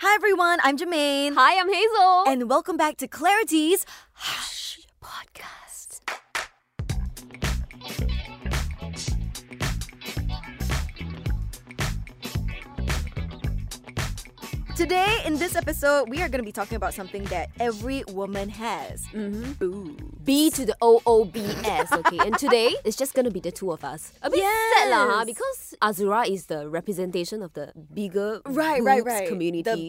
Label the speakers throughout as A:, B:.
A: Hi, everyone. I'm Jermaine.
B: Hi, I'm Hazel.
A: And welcome back to Clarity's Hush Podcast. Today, in this episode, we are going to be talking about something that every woman has.
B: B to the O O B S. Okay, and today it's just gonna be the two of us. A bit sad lah, huh?
A: Yes.
B: because Azura is the representation of the bigger
A: Right,
B: boobs
A: right, right.
B: community.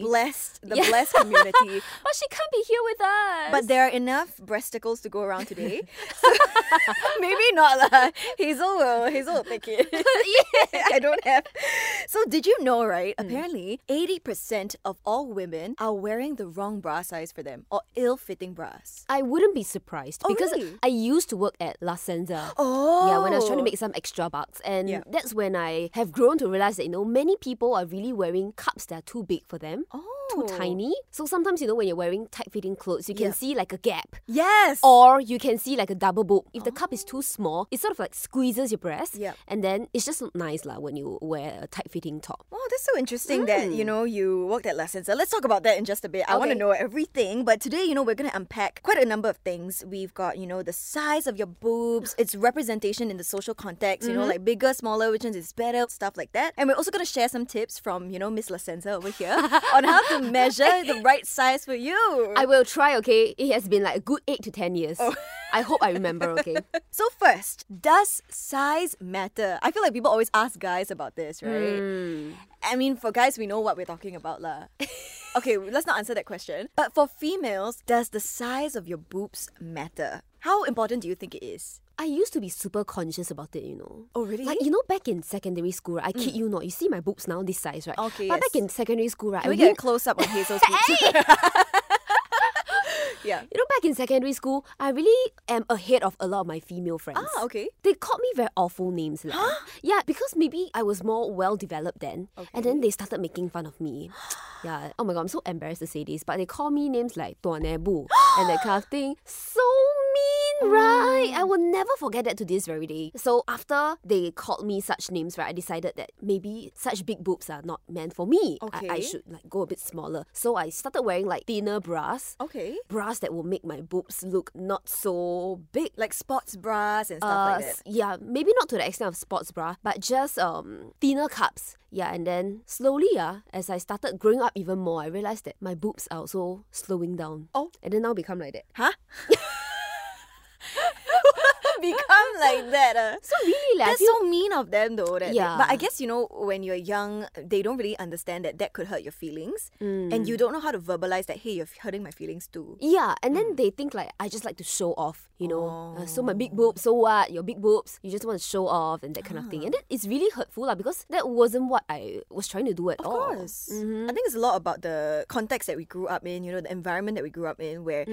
A: The blessed, the
B: Yeah.
A: blessed community.
B: but she can't be here with us.
A: But there are enough breasticles to go around today. So maybe not uh, lah. Hazel will Hazel will pick it. I don't have. So did you know, right? Apparently, 80% of all women are wearing the wrong bra size for them or ill-fitting bras.
B: I wouldn't be surprised
A: Oh,
B: because
A: really?
B: I used to work at La Senza.
A: Oh.
B: Yeah, when I was trying to make some extra bucks. And
A: Yeah.
B: that's when I have grown to realize that, you know, many people are really wearing cups that are too big for them,
A: oh.
B: too tiny. So sometimes, you know, when you're wearing tight fitting clothes, you can
A: Yeah.
B: see like a gap.
A: Yes.
B: Or you can see like a double boob. If the cup is
A: Oh.
B: too small, it sort of like squeezes your breast.
A: Yep.
B: And then it's just not nice lah when you wear a tight fitting top.
A: Wow, that's so interesting that you know you worked at lessons. So let's talk about that in just a bit. I want to
B: Okay.
A: know everything, but today you know we're gonna unpack quite a number of things. We've got you know the size of your boobs, its representation in the social context. You know, like bigger, smaller, which one is better, stuff like that. And we're also gonna share some tips from you know Miss Lacenza over here on how to measure the right size for you.
B: I will try, okay? It has been like a good eight to ten years.
A: Oh.
B: I hope I remember, okay?
A: So first, does size matter? I feel like people always ask guys about this, right?
B: Hmm.
A: I mean, for guys, we know what we're talking about, lah. okay, let's not answer that question. But for females, does the size of your boobs matter? How important do you think it is?
B: I used to be super conscious about it, you know.
A: Oh, really? Mm.
B: Like you know, back in secondary school, right, I kid you not. You see my boobs now, this size, right?
A: Okay,
B: But
A: yes.
B: back in secondary school, right?
A: Can
B: I
A: we
B: really-
A: get a close up on Hazel's boobs? yeah.
B: you know, back in secondary school, I really am ahead of a lot of my female friends.
A: Ah, okay.
B: They called me very awful names. lah. Yeah, because maybe I was more well developed then. And then they started making fun of me. yeah. Oh my god, I'm so embarrassed to say this, but they call me names like Tuanebu and that kind of thing. So
A: Oh.
B: mean, right? I will never forget that to this very day. So after they called me such names, right, I decided that maybe such big boobs are not meant for me. I- I,
A: Okay.
B: should like go a bit smaller. So I started wearing like thinner bras
A: Okay.
B: bras that will make my boobs look not so big.
A: Like sports bras and stuff
B: Uh,
A: like that.
B: s- yeah, maybe not to the extent of sports bra, but just um thinner cups. Yeah, and then slowly, ah, as I started growing up even more, I realized that my boobs are also slowing down.
A: Oh.
B: and then now become like that.
A: Huh? Become like that. Uh.
B: So really, like, I
A: That's
B: feel-
A: so mean of them, though. That they-
B: Yeah.
A: but I guess you know when you're young, they don't really understand that that could hurt your feelings, and you don't know how to verbalize that. Hey, you're hurting my feelings too.
B: yeah, and then they think like I just like to show off, you know. Uh, so my big boobs, so what? Your big boobs, you just want to show off and that kind of thing. And then it's really hurtful, lah, because that wasn't what I was trying to do at
A: Of
B: all.
A: course. Mm-hmm. I think it's a lot about the context that we grew up in, you know, the environment that we grew up in where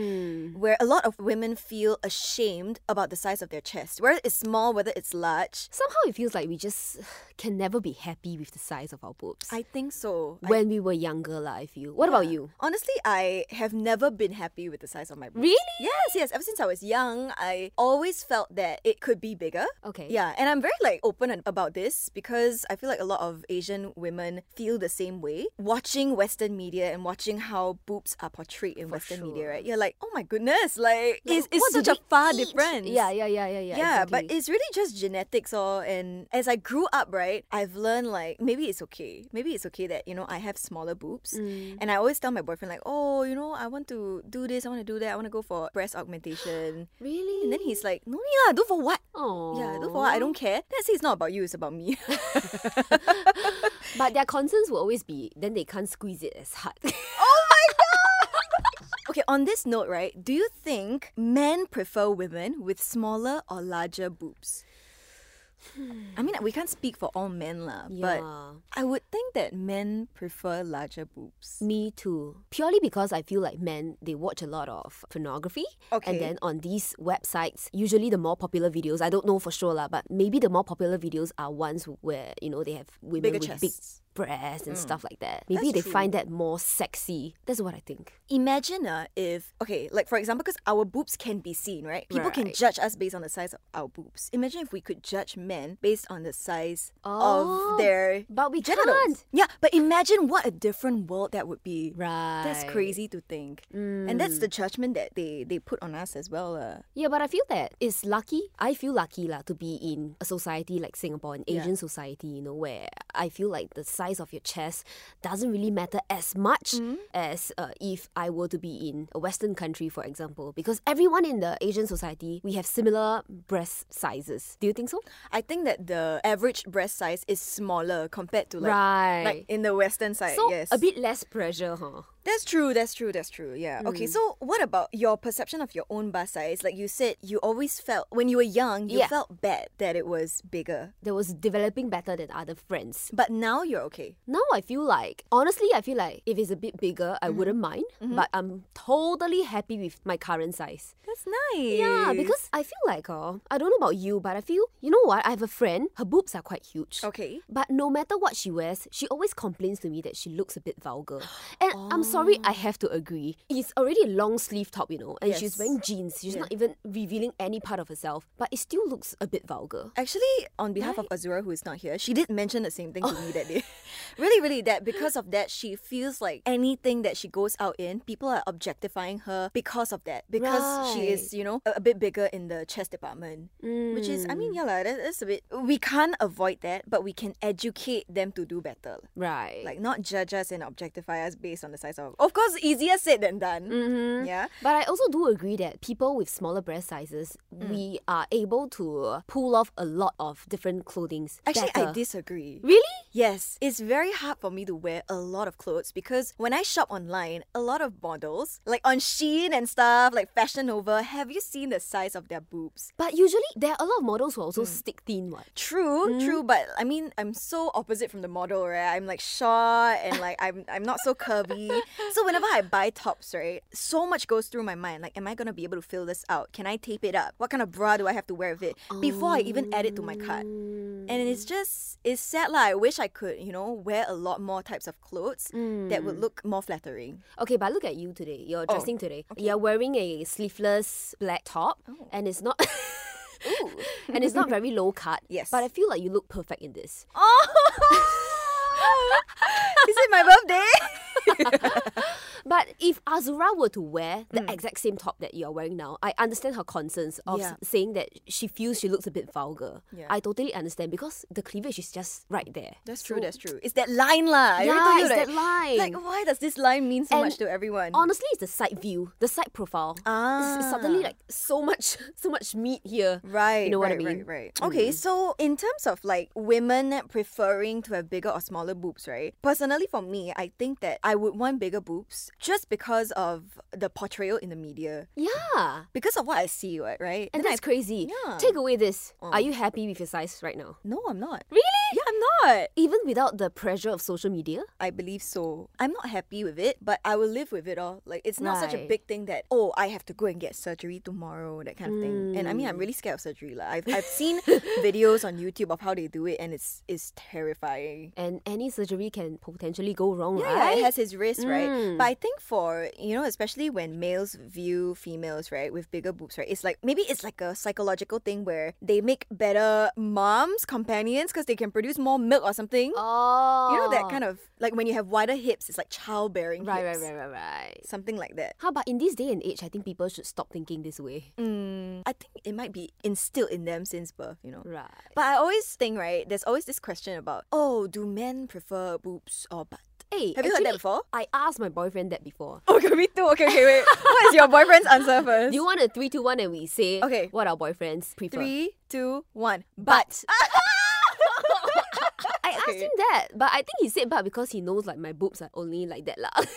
A: where a lot of women feel ashamed about the size of their chest. Whether it's small, whether it's large.
B: Somehow it feels like we just can never be happy with the size of our boobs.
A: I think so. I-
B: when we were younger, lah, I feel. What about you?
A: Honestly, I have never been happy with the size of my boobs.
B: Really?
A: Yes, yes. Ever since I was young, I always felt that it could be bigger.
B: Okay.
A: Yeah, and I'm very like open an- about this because I feel like a lot of Asian women feel the same way. Watching Western media and watching how boobs are portrayed in Western media,
B: sure.
A: right? You're like, oh my goodness, like,
B: Like,
A: it's, it's
B: what do
A: such a
B: they
A: far
B: eat?
A: difference.
B: Yeah, yeah, yeah, yeah, yeah.
A: Yeah,
B: exactly.
A: but it's really just genetics or and as I grew up, right, I've learned like maybe it's okay. Maybe it's okay that, you know, I have smaller boobs.
B: Mm.
A: And I always tell my boyfriend like, "Oh, you know, I want to do this, I want to do that. I want to go for breast augmentation."
B: really.
A: And then he's like, "No, yeah, do for what?"
B: oh
A: Yeah, do for what? I don't care. That's it's not about you, it's about me.
B: But their concerns will always be then they can't squeeze it as hard.
A: okay, on this note, right, do you think men prefer women with smaller or larger boobs? I mean, we can't speak for all men, lah. But
B: Yeah.
A: I would think that men prefer larger boobs.
B: Me too. Purely because I feel like men, they watch a lot of pornography.
A: Okay.
B: And then on these websites, usually the more popular videos, I don't know for sure, lah, but maybe the more popular videos are ones where, you know, they have women
A: Bigger
B: with big
A: chests. Mm.
B: breasts and stuff like that. Maybe
A: That's
B: they
A: true.
B: find that more sexy. That's what I think.
A: Imagine uh, if, okay, like for example, because our boobs can be seen, right? People can
B: Right.
A: judge us based on the size of our boobs. Imagine if we could judge men based on the size of
B: Oh,
A: their
B: but we
A: genitals.
B: can't.
A: Yeah, but imagine what a different world that would be.
B: Right. Mm.
A: That's crazy to think. And that's the judgment that they, they put on us as well. Uh.
B: Yeah, but I feel that it's lucky. I feel lucky lah to be in a society like Singapore, an Asian society, you know, where I feel like the size of your chest doesn't really matter as much as uh, if I were to be in a Western country, for example, because everyone in the Asian society we have similar breast sizes. Do you think so?
A: I think that the average breast size is smaller compared to like,
B: right.
A: like in the western side.
B: so
A: yes.
B: a bit less pressure, huh?
A: That's true, that's true, that's true. Yeah. Okay,
B: Mm.
A: so what about your perception of your own bust size? Like you said, you always felt when you were young, you
B: Yeah.
A: felt bad that it was bigger.
B: That was developing better than other friends.
A: But now you're okay.
B: Now I feel like, honestly, I feel like if it's a bit bigger, I wouldn't mind. But I'm totally happy with my current size.
A: That's nice.
B: Yeah, because I feel like, oh, I don't know about you, but I feel, you know what? I have a friend, her boobs are quite huge.
A: Okay.
B: But no matter what she wears, she always complains to me that she looks a bit vulgar. And I'm sorry, I have to agree. It's already a long sleeve top, you know, and she's
A: Yes.
B: wearing jeans. She's not even revealing any part of herself, but it still looks a bit vulgar.
A: Actually, on behalf of Azura, who is not here, she did mention the same thing to me that day. really, really, that because of that, she feels like anything that she goes out in, people are objectifying her because of that. Because she is, you know, a, a bit bigger in the chest department. Which is, I mean, yeah, lah, that, that's a bit. We can't avoid that, but we can educate them to do better.
B: Right.
A: Like, not judge us and objectify us based on the size of. Of course, easier said than done. Yeah.
B: But I also do agree that people with smaller breast sizes,
A: Mm.
B: we are able to pull off a lot of different clothings.
A: Actually, I
B: better.
A: disagree.
B: Really?
A: Yes, it's very hard for me to wear a lot of clothes because when I shop online, a lot of models, like on Shein and stuff, like Fashion Nova, have you seen the size of their boobs?
B: But usually, there are a lot of models who are
A: Mm.
B: also stick thin, what?
A: True, true, but I mean, I'm so opposite from the model, right? I'm like short and like I'm I'm not so curvy. so whenever I buy tops, right, so much goes through my mind. Like, am I gonna be able to fill this out? Can I tape it up? What kind of bra do I have to wear with it? Before I even add it to my cart. And it's just it's sad lah. I wish I could, you know, wear a lot more types of clothes that would look more flattering.
B: Okay, but look at you today.
A: Oh,
B: You're dressing today. You're wearing a sleeveless black top,
A: Oh.
B: and it's not. and it's not very low cut.
A: Yes.
B: But I feel like you look perfect in this.
A: Oh, is it my birthday?
B: But if Azura were to wear the exact same top that you're wearing now, I understand her concerns of
A: Mm. Yeah.
B: s- saying that she feels she looks a bit vulgar.
A: Yeah.
B: I totally understand because the cleavage is just right there.
A: that's true. That's true. It's that line lah. I already
B: Yeah,
A: told you
B: it's
A: right?
B: that line.
A: Like, why does this line mean so
B: And
A: much to everyone? Ah.
B: Honestly, it's the side view, the side profile. It's- it's suddenly like so much, so much meat here.
A: Right.
B: You know what I
A: right,
B: mean? Mm.
A: Right, right. Okay, so in terms of like women preferring to have bigger or smaller boobs, right? Personally, for me, I think that I would want bigger boobs just because of the portrayal in the media,
B: Yeah.
A: because of what I see, right? Right.
B: And
A: Then I-
B: that's crazy.
A: yeah. Oh.
B: Take away this. Are you happy with your size right now?
A: no, I'm not.
B: Really?
A: Yeah, I'm not.
B: Even without the pressure of social media?
A: I believe so. I'm not happy with it, but I will live with it all. Like it's not such a
B: Right.
A: big thing that oh I have to go and get surgery tomorrow that kind of thing. And I mean I'm really scared of surgery. Like I've I've seen videos on YouTube of how they do it, and it's it's terrifying.
B: And any surgery can potentially go wrong,
A: Yeah, yeah,
B: right?
A: it has his risk,
B: Mm.
A: right? But I think for you know, especially when males view females, right, with bigger boobs, right, it's like maybe it's like a psychological thing where they make better moms, companions, because they can produce more milk or something.
B: Oh.
A: You know that kind of like when you have wider hips, it's like childbearing
B: Right,
A: hips,
B: right, right, right, right.
A: something like that.
B: How about in this day and age, I think people should stop thinking this way.
A: Mm, I think it might be instilled in them since birth, you know.
B: Right.
A: But I always think, right, there's always this question about, oh, do men prefer boobs or butt?
B: Hey,
A: Have you heard that
B: actually,
A: before?
B: I asked my boyfriend that before.
A: Okay, me too. Okay, okay, wait. what is your boyfriend's answer first?
B: Do you want a three to one and we say
A: Okay.
B: what our boyfriends prefer?
A: Three, two, one.
B: But I asked
A: Okay.
B: him that, but I think he said but because he knows like my boobs are only like that lah.
A: Wait,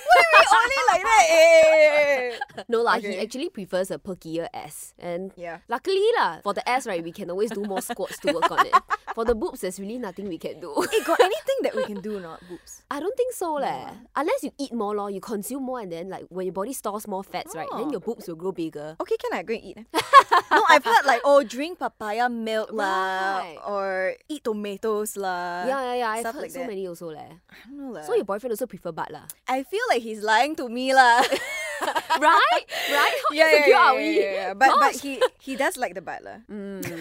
A: only like that. eh.
B: no lah, he
A: Okay.
B: actually prefers a perkier ass, and
A: Yeah.
B: luckily lah for the ass right, we can always do more squats to work on it. For the boobs, there's really nothing we can do.
A: Hey, Eh, got anything that we can do or not? Boobs.
B: I don't think so leh. Unless you eat more lor, you consume more and then like when your body stores more fats, right? Then
A: Oh.
B: your boobs will grow bigger.
A: Okay, can I go and eat? eh? no, I've heard like oh, drink papaya milk lah,
B: Right.
A: or eat tomatoes lah.
B: Yeah, yeah, yeah. I've
A: Uh, stuff like
B: heard so
A: that. Uh.
B: many also leh.
A: I don't know lah.
B: So your boyfriend also prefer butt lah.
A: I feel like he's lying to me lah.
B: right? Right? How
A: yeah, yeah,
B: insecure
A: yeah,
B: are we?
A: yeah, yeah, yeah. But but
B: Gosh.
A: he he does like the butler. Mm.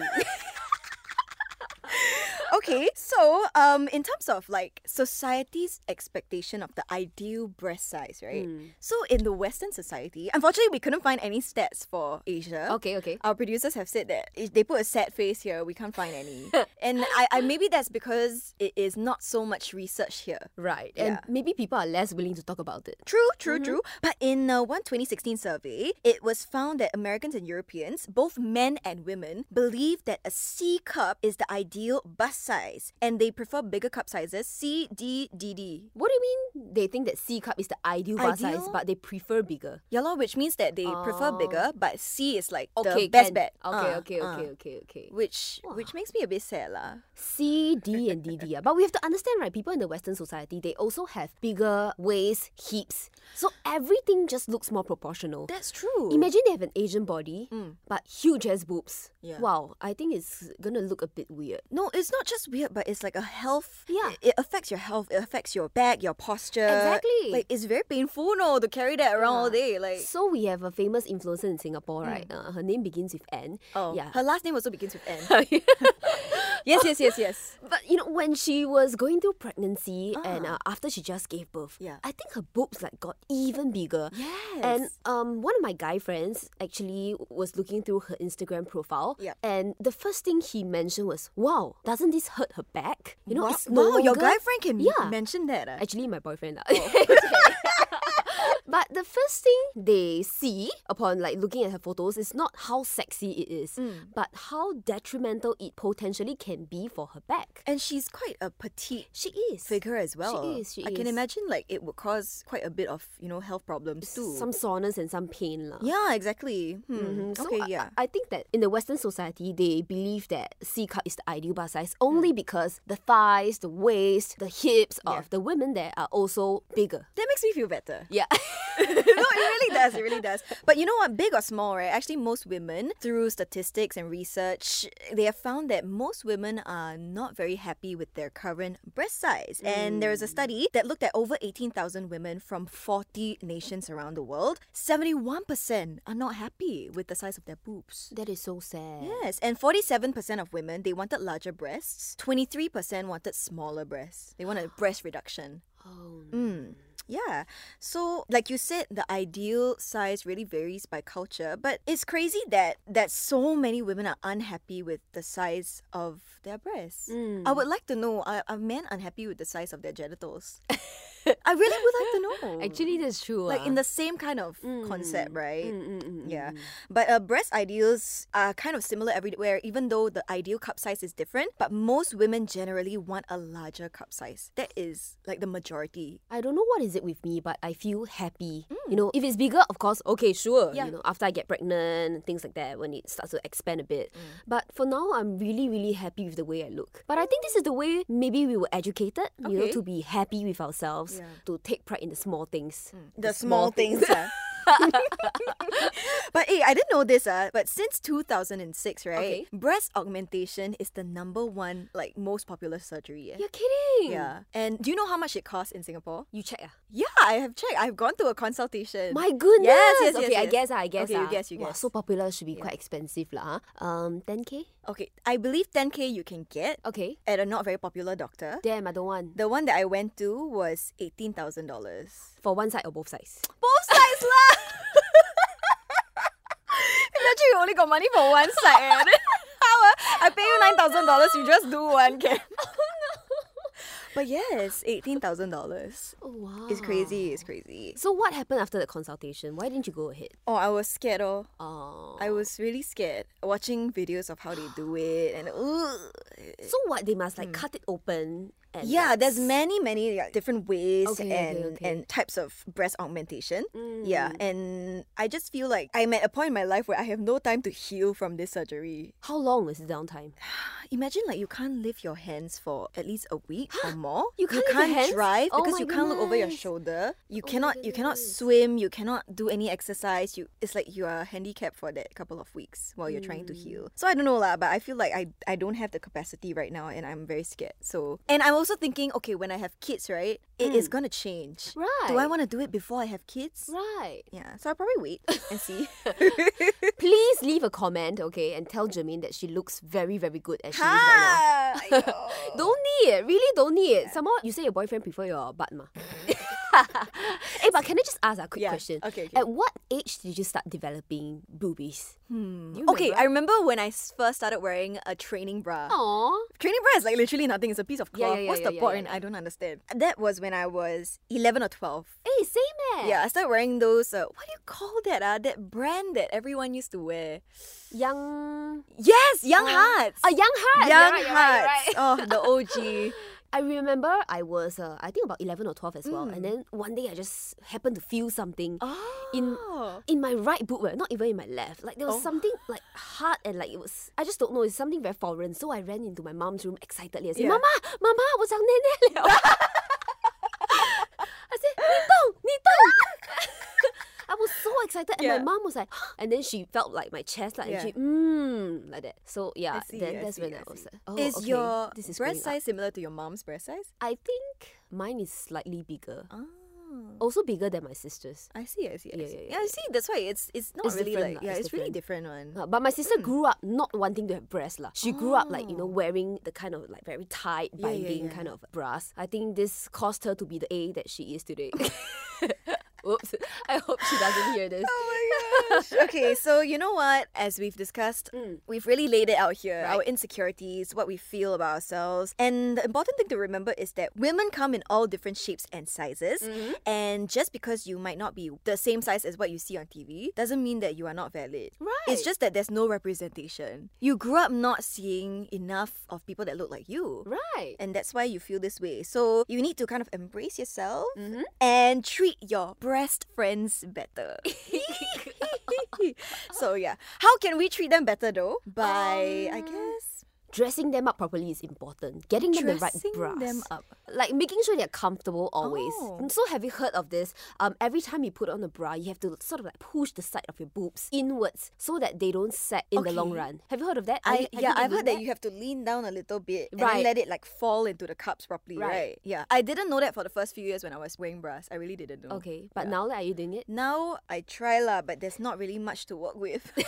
A: okay, so um, in terms of like society's expectation of the ideal breast size, right?
B: Hmm.
A: So in the Western society, unfortunately, we couldn't find any stats for Asia.
B: Okay, okay.
A: Our producers have said that if they put a sad face here, we can't find any, and I, I maybe that's because it is not so much research here.
B: Right. And
A: Yeah.
B: maybe people are less willing to talk about it.
A: True, true,
B: Mm-hmm.
A: true. But in uh, one 2016 survey, it was found that Americans and Europeans, both men and women, believe that a C cup is the ideal bust size, and they prefer bigger cup sizes C, D, D, D.
B: What do you mean they think that C cup is the ideal bar size,
A: Ideal?
B: but they prefer bigger?
A: Yeah, lor, which means that they prefer bigger, but C is like
B: Oh. Okay,
A: the best
B: can.
A: bet.
B: Okay,
A: Uh,
B: okay,
A: uh.
B: okay, okay, okay.
A: Which which makes me a bit sad lah.
B: C, D, and DD. ah. But we have to understand, right? People in the Western society, they also have bigger waist, hips. So everything just looks more proportional.
A: That's true.
B: Imagine they have an Asian body, but huge ass boobs.
A: Mm. Yeah.
B: Wow, I think it's gonna look a bit weird.
A: no, it's not just weird, but it's like a health.
B: Yeah.
A: it, it affects your health. It affects your back, your posture.
B: Exactly.
A: Like it's very painful, no, to carry that around all day. Like
B: So we have a famous influencer in Singapore, right? Uh, her name begins with N.
A: Mm. Oh,
B: yeah.
A: Her last name also begins with N. yes, yes, yes, yes.
B: But you know, when she was going through pregnancy and uh, after she just gave birth,
A: Ah. Yeah.
B: I think her boobs like got even bigger.
A: Yes.
B: And um, one of my guy friends actually was looking through her Instagram profile.
A: Yep.
B: And the first thing he mentioned was, "Wow, doesn't this hurt her back? You know,
A: wow,
B: it's no
A: wow, your
B: longer-
A: guy friend can
B: Yeah.
A: mention that. ah.
B: Actually, my boyfriend. lah. but the first thing they see upon like looking at her photos is not how sexy it is,
A: Mm.
B: but how detrimental it potentially can be for her back.
A: And she's quite a petite
B: She is.
A: figure as well.
B: is, she
A: I can
B: is.
A: imagine like it would cause quite a bit of you know health problems too.
B: Some soreness and some pain. lah.
A: yeah, exactly. Hmm.
B: Mhm. So
A: Okay,
B: I-
A: yeah.
B: I, I think that in the Western society, they believe that C cup is the ideal bar size only because the thighs, the waist, the hips of the women there are also bigger.
A: that makes me feel better.
B: Yeah.
A: no, it really does. It really does. But you know what? Big or small, right? Actually, most women, through statistics and research, they have found that most women are not very happy with their current breast size. And there is a study that looked at over 18,000 women from 40 nations around the world. 71% are not happy with the size of their boobs.
B: that is so sad.
A: Yes, and 47% of women, they wanted larger breasts. 23% wanted smaller breasts. They wanted breast reduction.
B: Oh,
A: Mm. Yeah. So, like you said, the ideal size really varies by culture, but it's crazy that that so many women are unhappy with the size of their breasts. I would like to know are, are men unhappy with the size of their genitals? I really would like to know.
B: Actually, that's true. ah. Mm,
A: like in the same kind of concept, right? Yeah. But uh, breast ideals are kind of similar everywhere, even though the ideal cup size is different. But most women generally want a larger cup size. That is like the majority
B: I don't know what is it with me, but I feel happy. You know, if it's bigger, of course, okay, sure.
A: Mm. Yeah.
B: You know, after I get pregnant and things like that, when it starts to expand a bit.
A: Mm.
B: But for now, I'm really, really happy with the way I look. But I think this is the way maybe we were educated, you know,
A: Okay.
B: to be happy with ourselves,
A: Yeah. Mm.
B: to take pride in the small things.
A: the small things. ah. but hey, I didn't know this, uh, but since 2006, right,
B: Okay.
A: breast augmentation is the number one, like, most popular surgery. eh.
B: You're kidding.
A: Yeah. And do you know how much it costs in Singapore?
B: You check. Ah.
A: Yeah, I have checked. I've gone to a consultation.
B: My goodness.
A: yes,
B: okay,
A: yes,
B: I
A: yes.
B: guess. ah, I guess.
A: Okay, you
B: ah.
A: guess, you
B: Wow,
A: guess.
B: so popular should be quite expensive. lah. huh? Um, 10K?
A: Okay, I believe 10K you can get
B: Okay.
A: at a not very popular doctor.
B: Damn, I don't want.
A: The one that I went to was $18,000.
B: For one side or both sides?
A: Both sides lah! Imagine you only got money for one side. eh. Then How ah? I pay you $9,000, you just do one can.
B: Oh,
A: But yes, $18,000.
B: Oh, wow.
A: It's crazy, it's crazy.
B: So what happened after the consultation? Why didn't you go ahead?
A: Oh, I was scared oh.
B: Oh.
A: I was really scared watching videos of how they do it and ooh.
B: So what they must like cut it open And
A: hmm. Yeah,
B: that's-
A: there's many, many like, different ways
B: Okay, okay,
A: and
B: okay. Mm.
A: and types of breast augmentation. Yeah, and I just feel like I'm at a point in my life where I have no time to heal from this surgery.
B: How long is the downtime?
A: Imagine like you can't lift your hands for at least a week or more.
B: You can't lift your hands?
A: drive
B: Oh
A: because
B: my
A: you can't look over your
B: goodness. Oh
A: shoulder. You cannot you cannot swim. You cannot do any exercise. You it's like you are handicapped for that couple of weeks while you're trying to
B: Hmm.
A: heal. So I don't know lah, but I feel like I I don't have the capacity right now, and I'm very scared. So and I'm also thinking, okay, when I have kids, right, it is gonna change. Do I
B: Hmm. Right.
A: want to do it before I have kids?
B: Right.
A: Yeah, so I'll probably wait and see.
B: Please leave a comment, okay, and tell Jermaine that she looks very, very good as she is
A: Ah,
B: right now.
A: aiyo.
B: Don't need it. Really don't need it. Somehow you say your boyfriend prefer your butt ma. hey, but can I just ask a quick
A: Yeah,
B: question?
A: okay, okay.
B: At what age did you start developing boobies? Hmm.
A: Okay, I remember when I s- first started wearing a training bra.
B: Aw.
A: Training bra is like literally nothing. It's a piece of
B: Oh. Yeah,
A: cloth.
B: yeah, yeah,
A: What's
B: yeah,
A: the
B: yeah,
A: point?
B: yeah.
A: I don't understand. That was when I was 11 or 12.
B: Hey, same eh.
A: Yeah, I started wearing those. Uh, what do you call that? Uh, that brand that everyone used to wear.
B: Young.
A: Yes, Young Hearts.
B: A young heart.
A: Young
B: Oh. You're right, you're right, you're
A: Hearts. Oh,
B: right.
A: the OG.
B: I remember I was, uh, I think about 11 or 12 as well.
A: Mm.
B: And then one day I just happened to feel something in
A: Oh.
B: in my right boob, eh, not even in my left. Like there
A: Oh.
B: was something like hard and like it was, I just don't know, it's something very foreign. So I ran into my mom's room excitedly and said,
A: Yeah.
B: Mama, Mama, 我长奶奶了。I said, 你动,你动. I was so excited and
A: Yeah.
B: my mom was like, and then she felt like my chest like,
A: Yeah.
B: and she, mmm, like that. So yeah,
A: I see,
B: then
A: I
B: that's
A: see,
B: when
A: I
B: I was
A: see.
B: like, oh,
A: is
B: okay,
A: your
B: this is growing
A: breast
B: up."
A: size similar to your mom's breast size?
B: I think mine is slightly bigger.
A: Oh.
B: Also bigger than my sister's.
A: I see, I see, I
B: Yeah,
A: see.
B: yeah,
A: Yeah, I see. That's why it's it's not
B: It's
A: really
B: different
A: like
B: lah,
A: yeah, it's,
B: it's
A: really different one.
B: Uh, but my sister
A: Hmm.
B: grew up not wanting to have breasts lah. She grew up like you know wearing the kind of like very tight
A: Ah. Yeah, yeah,
B: binding
A: yeah.
B: kind of bras. I think this caused her to be the A that she is today. Whoops! I hope she doesn't hear this.
A: Oh my gosh. okay, so you know what? As we've discussed, we've really laid it out here our insecurities, what we feel about ourselves. And the important thing to remember is that women come in all different shapes and sizes. And just because you might not be the same size as what you see on TV doesn't mean that you are not valid. It's
B: Right.
A: just that there's no representation. You grew up not seeing enough of people that look like you.
B: Right.
A: And that's why you feel this way. So you need to kind of embrace yourself and treat your breast friends better. so yeah, how can we treat them better though? By I guess
B: Dressing them up properly is important. Getting them
A: Dressing
B: the right bras.
A: them up.
B: Like making sure they're comfortable always.
A: Oh.
B: And So have you heard of this? Um, every time you put on a bra, you have to sort of like push the side of your boobs inwards so that they don't sag in the long
A: Okay.
B: run. Have you heard of that? Have
A: I
B: you- have you
A: yeah
B: been
A: I've
B: doing
A: heard that you have to lean down a little bit and then
B: Right.
A: let it like fall into the cups properly. Right.
B: Right.
A: Yeah. I didn't know that for the first few years when I was wearing bras. I really didn't know.
B: Okay, but now that are you doing it?
A: Now I try lah, but there's not really much to work with.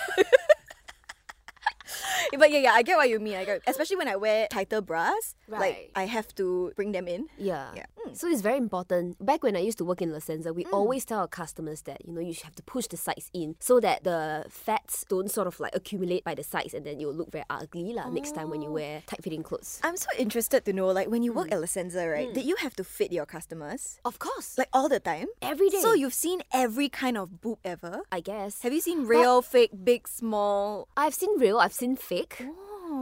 A: but yeah, yeah, I get what you mean. I get, especially when I wear tighter bras, like
B: Right.
A: I have to bring them in.
B: Yeah.
A: Yeah. Mm.
B: So it's very important. Back when I used to work in La Senza, we always tell our customers that, you know, you should have to push the sides in so that the fats don't sort of like accumulate by the sides and then you'll look very ugly lah next time
A: Oh.
B: when you wear tight fitting clothes.
A: I'm so interested to know, like when you work
B: Hmm.
A: at La Senza, right? Did you have to fit your customers
B: Of course. Like
A: like all the time?
B: every day.
A: So you've seen every kind of boob ever.
B: I guess.
A: Have you seen real, fake, big, small?
B: I've seen real, I've seen fake.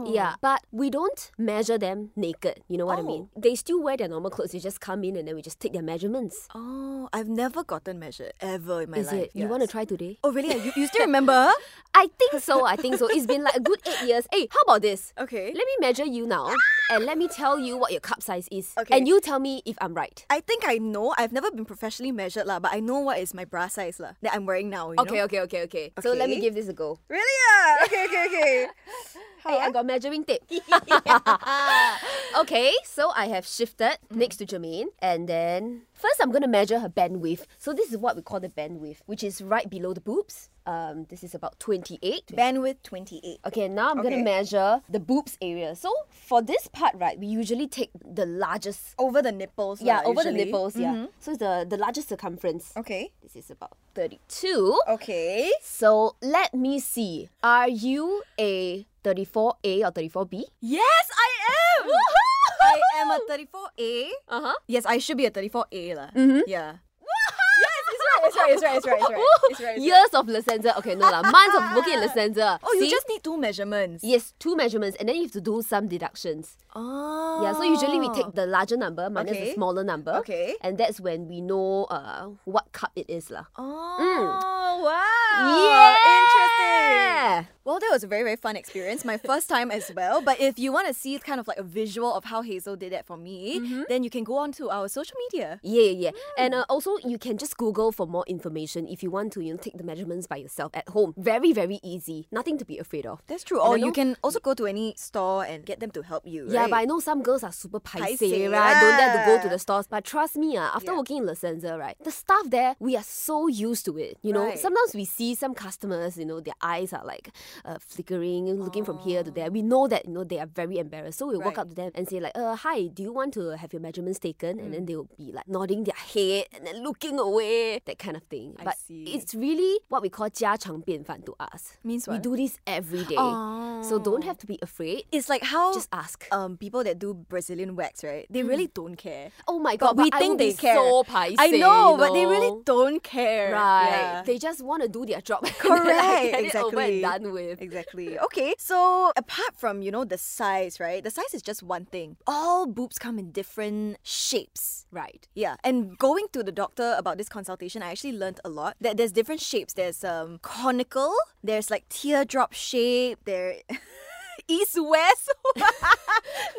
B: Yeah, but we don't measure them naked. You know what I
A: Oh.
B: mean? They still wear their normal clothes. They just come in and then we just take their measurements.
A: Oh, I've never gotten measured ever in my
B: Is
A: life.
B: it? You want to
A: yes.
B: try today?
A: Oh really? You, you still remember?
B: I think so. I think so. It's been like a good eight years. Hey, how about this?
A: Okay.
B: Let me measure you now, and let me tell you what your cup size is,
A: Okay.
B: and you tell me if I'm right.
A: I think I know. I've never been professionally measured lah, but I know what is my bra size lah that I'm wearing now. You
B: Okay,
A: Know?
B: okay, okay, okay, So let me
A: Okay.
B: give this a go.
A: Really? Yeah. Okay. Okay. Okay.
B: Hey, I got measuring tape. okay, so I have shifted
A: Mm-hmm.
B: next to Jermaine, and then first I'm gonna measure her bandwidth. So this is what we call the bandwidth, which is right below the boobs. Um, this is about 28.
A: Bandwidth twenty-eight.
B: Okay, now I'm
A: Okay.
B: gonna measure the boobs area. So for this part, right, we usually take the largest
A: Over the nipples.
B: Yeah,
A: lah,
B: over the
A: usually. Mm-hmm.
B: nipples. Yeah. So the the largest circumference.
A: Okay.
B: This is about thirty-two.
A: Okay.
B: So let me see. Are you a thirty-four A or thirty-four B?
A: Yes, I am. I am a thirty-four A.
B: Uh huh.
A: Yes, I should be a thirty-four A lah.
B: Mm-hmm.
A: Yeah. yes, it's right. It's right. It's right. It's right. It's right. It's right, it's right.
B: Years of Lacenza. Okay, no lah. Months of working at Lacenza.
A: Oh, you
B: See?
A: just need two measurements.
B: yes, two measurements, and then you have to do some deductions.
A: Oh.
B: Yeah, so usually we take the larger number minus
A: Okay.
B: the smaller number.
A: Okay.
B: And that's when we know uh, what cup it is. lah. Mm.
A: Oh wow! Oh, interesting.
B: yeah!
A: Well, that was a very very fun experience. My first time as well. But if you want to see kind of like a visual of how Hazel did that for me, then you can go on to our social media.
B: Yeah, yeah, yeah. And uh, also, you can just Google for more information if you want to, you know, take the measurements by yourself at home. Very, very easy. Nothing to be afraid of.
A: That's true.
B: And
A: Or
B: I
A: you can
B: know-
A: also go to any store and get them to help you.
B: Yeah,
A: right?
B: but I know some girls are super paiseh,
A: Paiseh,
B: right? Don't dare to go
A: yeah.
B: to the stores. But trust me, uh, after
A: Yeah.
B: working in La Senza, right, the staff there, we are so used to it. You know,
A: Right.
B: sometimes we see some customers, you know, their eyes are like uh, flickering, looking from here to there. We know that, you know, they are very embarrassed. So we walk
A: Oh. Right.
B: up to them and say like, uh, hi, do you want to have your measurements taken? And
A: Mm.
B: then they will be like nodding their head and then looking away, that kind of thing.
A: I
B: but
A: see.
B: it's really what we call 家常便饭 to us.
A: Means
B: We
A: what? Oh.
B: do this every day. So don't have to be afraid.
A: it's like how
B: Just ask.
A: um people that do Brazilian wax, right? They really don't care.
B: Oh my god,
A: Mm-hmm. But we
B: I
A: think
B: would
A: they
B: be
A: care.
B: So paiseh,
A: I know, but they really
B: know.
A: don't care.
B: right.
A: Yeah.
B: They just want to do their job. and then, like,
A: Correct.
B: get it
A: exactly.
B: Over and done with.
A: Exactly. Okay. So apart from you know the size, right? The size is just one thing. All boobs come in different shapes.
B: Right.
A: Yeah, and going to the doctor about this consultation, I actually learned a lot that there's different shapes. There's um conical, there's like teardrop shape, there east west,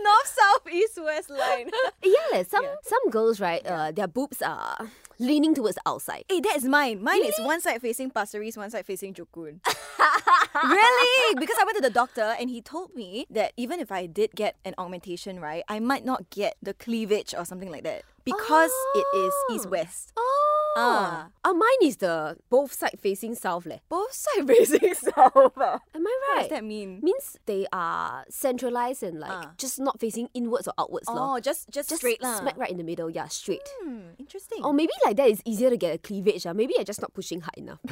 A: north south east west line.
B: Yeah, some some girls, right? Uh, their boobs are leaning towards the outside.
A: Hey, Eh, that is mine. Mine is one side facing Pasir Ris, one side facing Jokun. really? Because I went to the doctor and he told me that even if I did get an augmentation, right, I might not get the cleavage or something like that because it is east west.
B: Oh.
A: Ah.
B: Uh, mine is the both side facing south leh.
A: Both side facing south. ah.
B: Am I
A: What
B: right?
A: does that mean?
B: Means they are centralized and like
A: Ah.
B: just not facing inwards or outwards
A: Oh,
B: lor.
A: just just,
B: Just
A: straight lah.
B: smack right in the middle. Yeah, straight.
A: Hmm, interesting.
B: Or maybe like that is easier to get a cleavage. Uh. Maybe I'm just not pushing hard enough.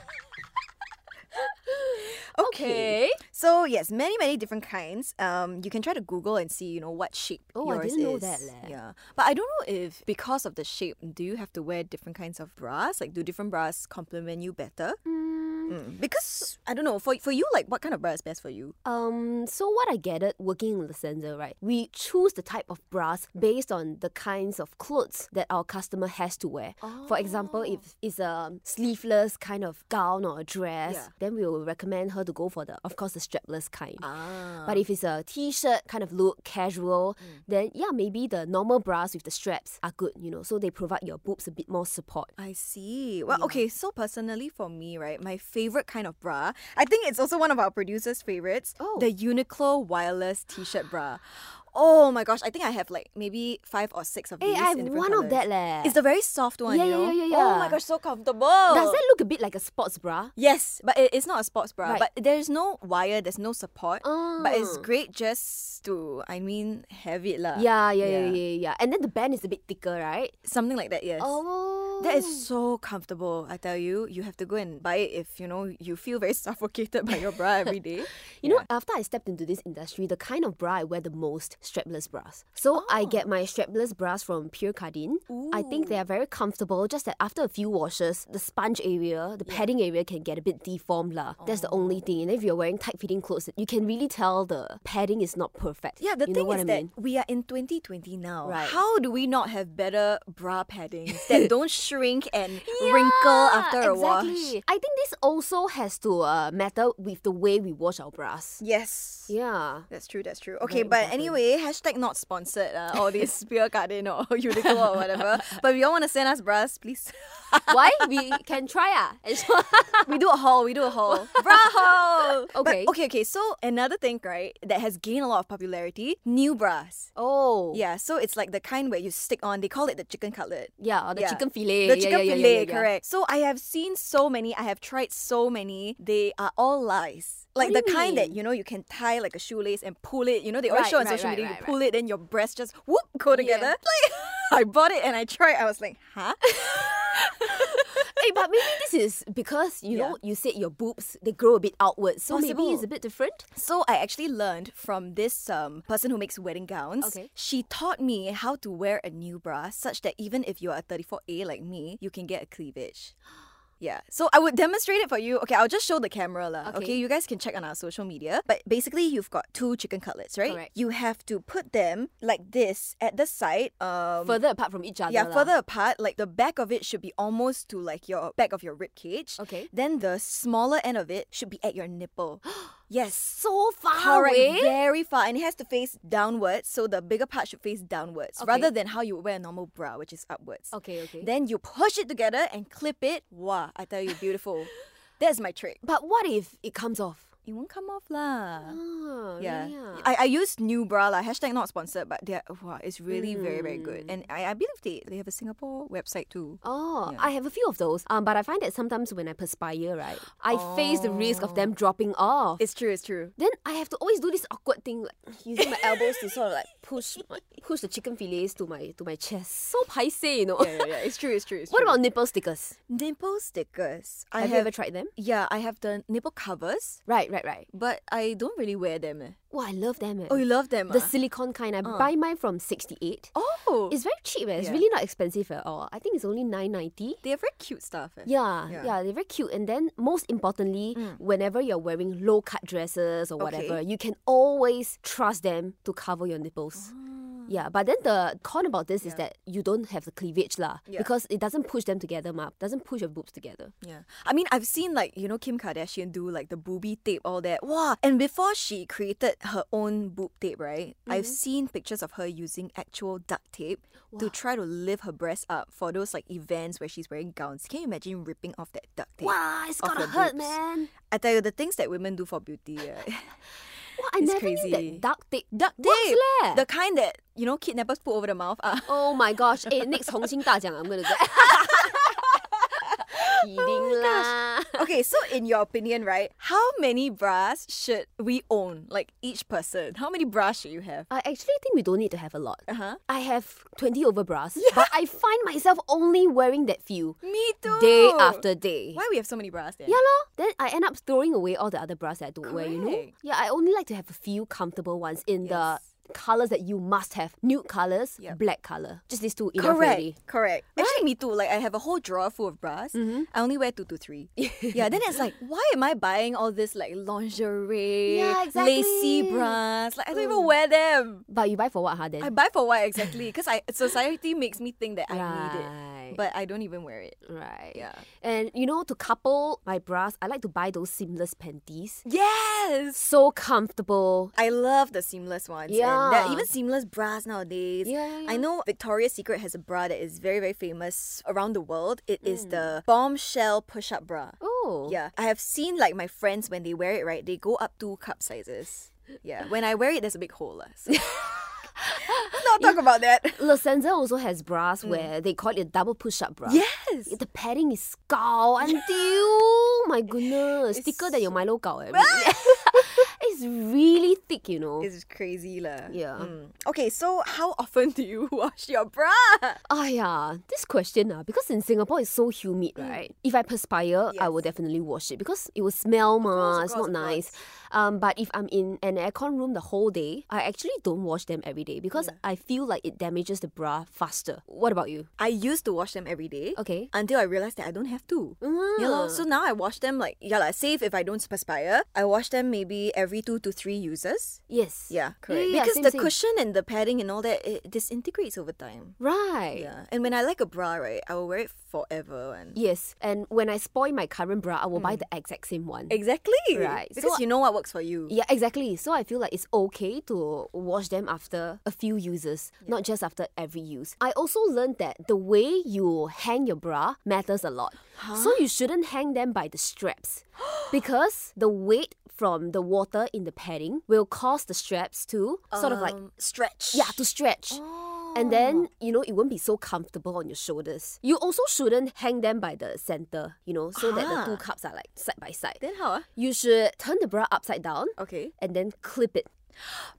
B: okay.
A: So yes, many many different kinds. Um, you can try to Google and see you know what shape
B: Oh, I
A: yours
B: didn't know
A: is.
B: that leh.
A: Yeah, but I don't know if because of the shape, do you have to wear different kinds of bras? Like, do different bras complement you better? Mm, Because I don't know for for you, like what kind of bra is best for you?
B: Um. So what I gathered working in the center, right? We choose the type of bras based on the kinds of clothes that our customer has to wear. For example, if
A: Oh.
B: it's a sleeveless kind of gown or a dress,
A: Yeah.
B: then we will recommend her to go for the, of course, the strapless kind.
A: Ah, Mm.
B: But if it's a t-shirt kind of look, casual, then yeah, maybe the normal bras with the straps are good, you know, so they provide your boobs a bit more support.
A: I see. Well, okay. So personally, for me, right, my favorite kind of bra, I think it's also one of our producers' favorites.
B: Oh.
A: the Uniqlo wireless T-shirt bra. Oh my gosh, I think I have like maybe five or six of
B: Hey,
A: these.
B: I have
A: in different
B: one of
A: colours.
B: that leh.
A: It's the Oh. very soft one,
B: Yeah,
A: you
B: yeah,
A: know?
B: yeah, yeah,
A: Oh my
B: yeah.
A: gosh, so comfortable.
B: Does that look a bit like a sports bra?
A: Yes, but it, it's not a sports bra.
B: Right.
A: But there's no wire, there's no support. But it's
B: Oh.
A: great just to, I mean, have it lah.
B: Yeah, yeah, yeah,
A: yeah.
B: yeah, yeah, yeah. And then the band is a bit thicker, right?
A: Something like that, yes.
B: Oh,
A: That is so comfortable, I tell you. You have to go and buy it if, you know, you feel very suffocated by your bra every day.
B: You know, after I stepped into this industry, the kind of bra I wear the most strapless bras. So
A: Oh.
B: I get my strapless bras from Pure Cardin. I think they are very comfortable. Just that after a few washes, the sponge area, the padding area can get a bit deformed lah. That's
A: Oh.
B: the only thing. And if you're wearing tight fitting clothes, you can really tell the padding is not perfect.
A: Yeah, the
B: you know
A: thing
B: what
A: is that
B: I mean?
A: we are in 2020 now.
B: Right.
A: How do we not have better bra paddings that don't shrink and wrinkle
B: Yeah,
A: after a wash?
B: exactly. I think this also has to uh, matter with the way we wash our bras.
A: Yes.
B: Yeah.
A: That's true, that's true. Okay,
B: Very
A: but
B: important.
A: anyway, hashtag not sponsored, uh, all this Beer Garden or Uniqlo or whatever. But if you all want to send us bras, please.
B: Why? We can try ah. And so-
A: we do a haul, we do a haul. Bra haul! But
B: Okay.
A: okay, okay. So another thing, right, that has gained a lot of popularity, new bras.
B: oh.
A: Yeah, so it's like the kind where you stick on, they call it the chicken cutlet.
B: Yeah, or the
A: Yeah.
B: chicken fillet.
A: The
B: Yeah,
A: chicken
B: yeah, yeah, yeah,
A: fillet,
B: yeah, yeah.
A: correct. So I have seen so many, I have tried so many. They are all lies. Like
B: do
A: the
B: you
A: kind that,
B: mean?
A: you know, you can tie like a shoelace and pull it. You know, they always
B: Right,
A: show on
B: right,
A: social
B: right,
A: media,
B: right,
A: you
B: right.
A: pull it, then your breasts just whoop go together. Like I bought it and I tried. I was like, huh?
B: Hey, but maybe this is because you
A: Yeah.
B: know you said your boobs they grow a bit outwards, so maybe
A: Possible.
B: it's a bit different.
A: So I actually learned from this um, person who makes wedding gowns.
B: Okay.
A: She taught me how to wear a new bra such that even if you are a 34A like me, you can get a cleavage. Yeah. So I would demonstrate it for you. Okay, I'll just show the camera lah. Okay.
B: Okay.
A: you guys can check on our social media. But basically you've got two chicken cutlets, right?
B: Correct.
A: You have to put them like this at the side. Um
B: further apart from each other.
A: yeah,
B: lah.
A: further apart, like the back of it should be almost to like your back of your rib cage.
B: Okay.
A: Then the smaller end of it should be at your nipple. yes.
B: So far
A: Correct.
B: away.
A: Very far. And it has to face downwards. So the bigger part should face downwards
B: Okay.
A: rather than how you would wear a normal bra, which is upwards.
B: Okay, okay.
A: Then you push it together and clip it. Wow, I tell you, beautiful. That's my trick.
B: but what if it comes off?
A: It won't come off lah.
B: Oh,
A: Ah, Yeah.
B: yeah.
A: I, I used New Bra lah. Hashtag not sponsored, but they're, wow, it's really very, very good. And I, I believe they, they have a Singapore website too.
B: Oh, I have a few of those. Um, but I find that sometimes when I perspire, right, I face the risk
A: Oh.
B: of them dropping off.
A: It's true, it's true.
B: then I have to always do this awkward thing, like using my elbows to sort of like push my, push the chicken fillets to my to my chest. So paiseh, you know.
A: Yeah, yeah, yeah. It's true, it's true, it's
B: what
A: true.
B: about nipple stickers?
A: nipple stickers? I
B: have, you ever tried them?
A: Yeah, I have the nipple covers,
B: Right, right, right.
A: but I don't really wear them. eh.
B: Wow, I love them. eh.
A: Oh, you love them? ah?
B: the silicone kind. I buy mine from sixty eight.
A: oh,
B: It's very cheap. Eh. It's
A: Yeah.
B: really not expensive at all. I think it's only nine ninety.
A: they are very cute stuff. eh.
B: Yeah,
A: Yeah. Mm.
B: yeah, they're very cute. And then most importantly, whenever you're wearing low cut dresses or whatever, you can always trust them to cover your
A: Ah.
B: nipples. Yeah, but then the con about this is that you don't have the cleavage lah,
A: Yeah.
B: because it doesn't push them together, ma. Doesn't push your boobs together.
A: Yeah. I mean, I've seen like, you know, Kim Kardashian do like the booby tape, all that. Wow. And before she created her own boob tape, right?
B: Mm-hmm.
A: I've seen pictures of her using actual duct tape to try to lift her breasts up for those like events where she's wearing gowns. Can you imagine ripping off that duct tape?
B: Wow, it's
A: Of
B: gotta
A: your
B: hurt,
A: boobs.
B: man.
A: I tell you, the things that women do for beauty. Right?
B: Wow, I
A: It's
B: never knew
A: crazy.
B: that duct tape.
A: duct
B: works
A: tape!
B: leh.
A: The kind that, you know, kidnappers put over the mouth. Ah.
B: oh my gosh! Hey, next Hong Jin Da I'm gonna get.
A: Oh
B: Kidding lah.
A: okay, so in your opinion, right? How many bras should we own? Like each person? How many bras should you have?
B: I actually think we don't need to have a lot.
A: Uh-huh.
B: I have 20 over bras, but I find myself only wearing that few
A: Me too.
B: day after day.
A: Why we have so many bras then?
B: Yeah, lor. Then I end up throwing away all the other bras that I don't wear, you know?
A: Correct.
B: Yeah, I only like to have a few comfortable ones in the colors that you must have nude colors,
A: Yep.
B: black color. Just these two, enough already.
A: Correct, correct. Actually, me too. Like, I have a whole drawer full of bras. I only wear two to three. yeah, then it's like, why am I buying all this like lingerie,
B: Yeah, exactly.
A: lacy bras? Like, I don't even wear them.
B: But you buy for what, huh? Then
A: I buy for what exactly? Because I society makes me think that I need it,
B: Right.
A: but I don't even wear it.
B: Right.
A: Yeah.
B: And you know, to couple my bras, I like to buy those seamless panties.
A: Yes.
B: So comfortable.
A: I love the seamless ones. And there are
B: Yeah.
A: even seamless bras nowadays.
B: Yeah, yeah,
A: I know Victoria's Secret has a bra that is very, very famous around the world. It is
B: Mm.
A: the bombshell push up bra.
B: Oh.
A: Yeah, I have seen like my friends when they wear it, right? They go up two cup sizes. Yeah, when I wear it, there's a big hole. lah, so- Let's not talk about that.
B: La Senza also has bras where they call it a double push-up bra.
A: Mm. Yes.
B: The padding is scowl until my goodness, thicker than your Milo gao. eh. it's really thick, you know.
A: It's crazy lah.
B: Yeah.
A: Mm. Okay, so how often do you wash your bra?
B: Ah yeah, this question ah, because in Singapore it's so humid,
A: Mm.
B: right? If I perspire, I will definitely wash it because it will smell
A: course,
B: ma.
A: of
B: It's
A: course,
B: not
A: of
B: nice. Um, but if I'm in an aircon room the whole day, I actually don't wash them every day because I feel like it damages the bra faster. What about you?
A: I used to wash them every day.
B: Okay.
A: Until I realized that I don't have to.
B: Mm.
A: Yeah, lor. so now I wash them like yeah, like save if I don't perspire. I wash them maybe every two to three uses.
B: Yes.
A: Yeah, correct.
B: yeah,
A: because
B: same,
A: the
B: same.
A: cushion and the padding and all that it disintegrates over time.
B: Right.
A: Yeah, and when I like a bra, right, I will wear it forever. And
B: Yes, and when I spoil my current bra, I will buy the exact same one.
A: exactly,
B: Right,
A: Because
B: so-
A: you know what works for you.
B: yeah, exactly. So I feel like it's okay to wash them after a few uses, not just after every use. I also learned that the way you hang your bra matters a lot. So you shouldn't hang them by the straps because the weight from the water in the padding will cause the straps to sort of like
A: Um, stretch.
B: yeah, to stretch. And then, you know, it won't be so comfortable on your shoulders. You also shouldn't hang them by the center, you know, so that the
A: Ah.
B: two cups are like side by side.
A: Then how? ah?
B: You should turn the bra upside down
A: Okay.
B: and then clip it.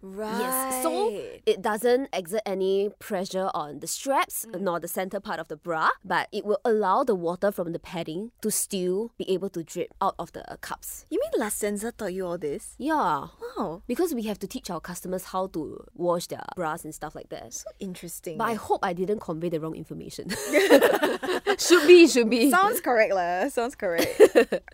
A: Right.
B: Yes. So it doesn't exert any pressure on the straps
A: Mm.
B: nor the center part of the bra, but it will allow the water from the padding to still be able to drip out of the cups.
A: you mean La Senza taught you all this?
B: Yeah.
A: Wow.
B: because we have to teach our customers how to wash their bras and stuff like that.
A: So interesting.
B: But I hope I didn't convey the wrong information. should be, should be.
A: Sounds correct, lah. Sounds correct.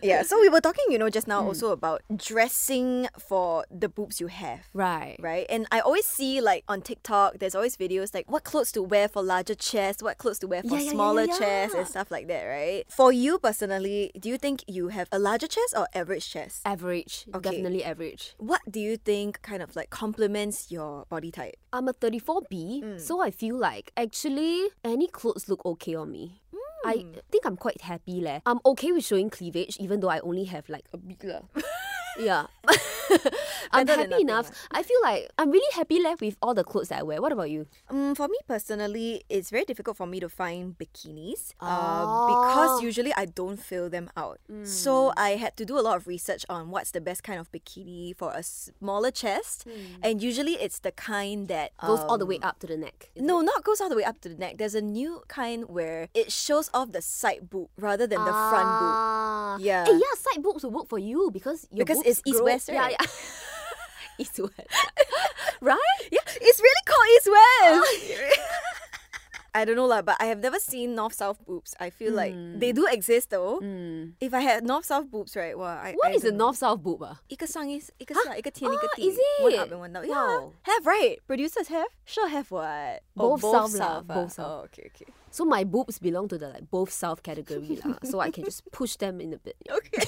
A: yeah. So we were talking, you know, just
B: Hmm.
A: now also about dressing for the boobs you have.
B: right.
A: Right. And I always see like on TikTok, there's always videos like what clothes to wear for larger chests, what clothes to wear for
B: Yeah, yeah, yeah,
A: smaller
B: yeah,
A: chests, and
B: yeah.
A: stuff like that, right? For you personally, do you think you have a larger chest or average chest?
B: Average.
A: Okay.
B: Definitely average.
A: What do you think kind of like complements your body type?
B: I'm a 34B,
A: Mm.
B: so I feel like actually any clothes look okay on me. I
A: Mm.
B: think I'm quite happy leh. I'm okay with showing cleavage, even though I only have like a bit lah. yeah. I'm
A: Better than
B: happy
A: nothing
B: enough. I feel like I'm really happy left with all the clothes that I wear. What about you?
A: Um, for me personally, it's very difficult for me to find bikinis uh, because
B: Oh.
A: usually I don't fill them out. So
B: Hmm.
A: I had to do a lot of research on what's the best kind of bikini for a smaller chest, and usually it's the kind that
B: Hmm. Goes all the
A: um,
B: way up to the neck.
A: No, not goes all the way up to the neck. There's a new kind where it shows off the side boob rather than the front boob.
B: Ah.
A: Yeah.
B: Eh, yeah, side boobs will work for you because your
A: Because it's
B: boobs
A: east
B: grow-
A: west, right?
B: Yeah, yeah. east west. right?
A: Yeah, it's really called East
B: Oh,
A: West. I don't know lah, but I have never seen North South boobs. I feel
B: Hmm.
A: like they do exist though. If I had North South boobs, right? Well, I
B: What
A: I
B: is
A: don't
B: a
A: know.
B: north south boob? Ah?
A: 一个上一一个下一个天
B: Ah,
A: 一个地
B: is
A: one up
B: it?
A: and one down
B: Wow.
A: yeah have right producers have sure have what
B: Both
A: both
B: south lah,
A: south ah.
B: both south.
A: oh okay okay
B: So my boobs belong to the like both south category lah. So I can just push them in a bit.
A: okay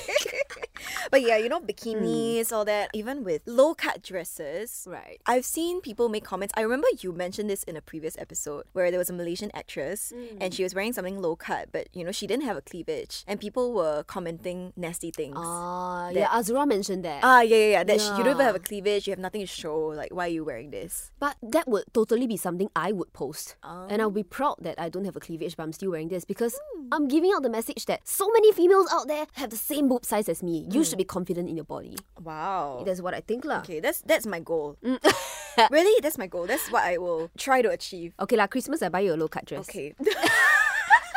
A: but yeah you know
B: Hmm.
A: bikinis all that even with low cut dresses
B: Right.
A: I've seen people make comments. I remember you mentioned this in a previous episode where there was a Malaysian actress
B: Mm.
A: and she was wearing something low cut, but you know, she didn't have a cleavage. And people were commenting nasty things.
B: Ah, yeah. Azura mentioned that,
A: ah, yeah, yeah, yeah. That sh you don't even
B: Yeah.
A: have a cleavage, you have nothing to show. Like, why are you wearing this?
B: but that would totally be something I would post,
A: Ah.
B: and I'll be proud that I don't have a cleavage, but I'm still wearing this because
A: Hmm.
B: I'm giving out the message that so many females out there have the same boob size as me. You
A: Hmm.
B: should be confident in your body.
A: Wow.
B: That's what I think lah.
A: Okay, that's that's my goal.
B: Mm.
A: really, that's my goal. That's what I will try to achieve.
B: Okay lah, Christmas I buy you a low cut dress.
A: Okay.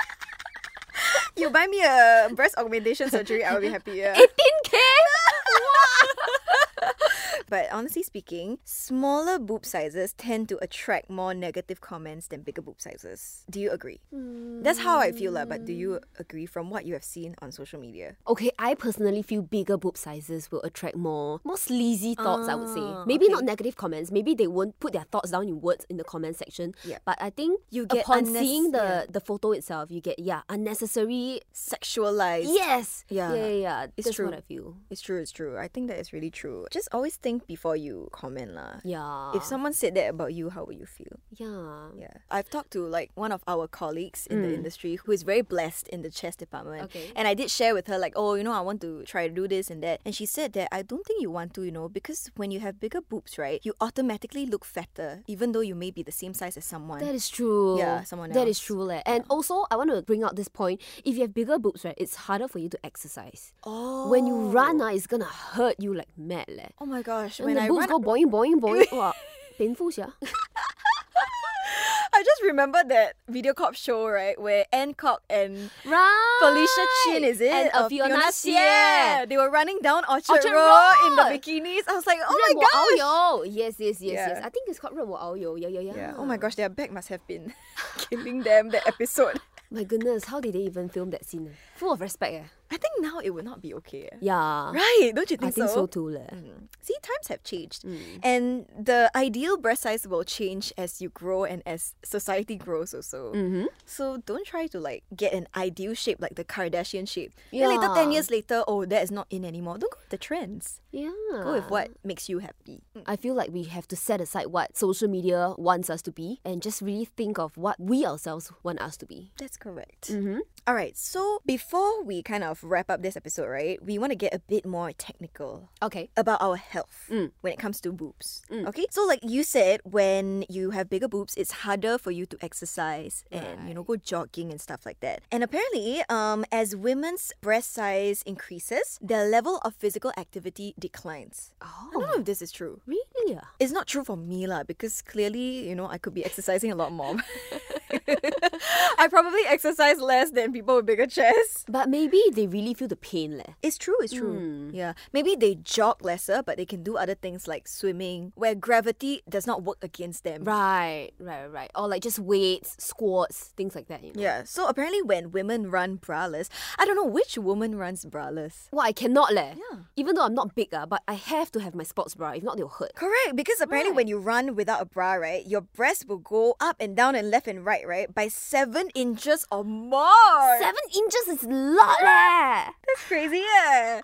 A: you buy me a breast augmentation surgery, I will be happy. yeah.
B: 18k.
A: But honestly speaking, smaller boob sizes tend to attract more negative comments than bigger boob sizes. Do you agree? That's how I feel, lah. But do you agree from what you have seen on social media?
B: Okay, I personally feel bigger boob sizes will attract more more sleazy thoughts. I would say
A: Ah,
B: maybe not negative comments. Maybe they won't put their thoughts down in words in the comment section.
A: Yeah.
B: But I think
A: You get
B: upon
A: unnec-
B: seeing
A: yeah.
B: the the photo itself, you get yeah unnecessary.
A: Sexualized.
B: Yes.
A: Yeah.
B: Yeah. yeah, yeah.
A: It's
B: That's
A: true.
B: what I feel.
A: It's true, it's true. I think that is really true. Just always think before you comment, lah.
B: Yeah.
A: If someone said that about you, how would you feel?
B: yeah. Mm.
A: Yeah. I've talked to like one of our colleagues in the industry who is very blessed in the chess department.
B: Okay.
A: And I did share with her, like, oh, you know, I want to try to do this and that. And she said that I don't think you want to, you know, because when you have bigger boobs, right, you automatically look fatter, even though you may be the same size as someone.
B: That is true.
A: Yeah, someone
B: That is
A: else.
B: true. Leh. And also, I want to bring out this point. If you have bigger boobs, right, it's harder for you to exercise.
A: oh.
B: When you run, ah, it's gonna hurt you like mad. Leh.
A: Oh my gosh.
B: When
A: When
B: the
A: I
B: boobs
A: run,
B: go boing, boing, boing. wow, painful, yeah.
A: I just remember that Video Cop show, right, where Ancock and
B: Ah, Right.
A: Felicia Chin, is it?
B: And
A: Or
B: uh, Fiona, Fiona
A: Xie. They were running down Orchard,
B: Orchard
A: Road, in the
B: Road.
A: bikinis. I was like, oh my gosh.
B: Oh my gosh. Yes, yes, yes, yes.
A: Yeah.
B: I think it's called 任我遨游. Yeah, yeah, yeah.
A: Yeah. Oh my gosh, their back must have been killing them that episode.
B: My goodness, how did they even film that scene? Full of respect. Eh.
A: I think now it would not be okay. eh.
B: Yeah.
A: Right? Don't you
B: I
A: think,
B: think so too. Leh.
A: Mm. See, times have changed, and the ideal breast size will change as you grow and as society grows. Also, so don't try to like get an ideal shape like the Kardashian shape. Then later, ten
B: Yeah.
A: years later, oh, that is not in anymore. Don't go with the trends.
B: Yeah.
A: Go with what makes you happy. Ah. Mm.
B: I feel like we have to set aside what social media wants us to be and just really think of what we ourselves want us to be.
A: That's correct. All right. So before we kind of wrap up this episode, right, we want to get a bit more technical.
B: Okay.
A: about our health when it comes to boobs. Okay, so like you said, when you have bigger boobs, it's harder for you to exercise and you know go jogging and stuff like that. And apparently, um, as women's breast size increases, their level of physical activity declines. I don't
B: Oh,
A: know if this is true.
B: really? ah?
A: It's not true for me lah, because clearly, you know, I could be exercising a lot more. I probably exercise less than than people with bigger chests.
B: But maybe they really feel the pain leh.
A: It's true, it's true. Yeah. Maybe they jog lesser, but they can do other things like swimming, where gravity does not work against them.
B: Right, right, right. Or like just weights, squats, things like that. You know?
A: Yeah. So apparently, when women run braless, I don't know which woman runs braless.
B: Well, I cannot leh.
A: Yeah.
B: Even though I'm not big, uh, but I have to have my sports bra. If not, they'll hurt.
A: Correct, because apparently when you run without a bra, right, your breasts will go up and down and left and right, right, by seven inches or more.
B: Seven inches is a lot leh.
A: That's crazy, yeah.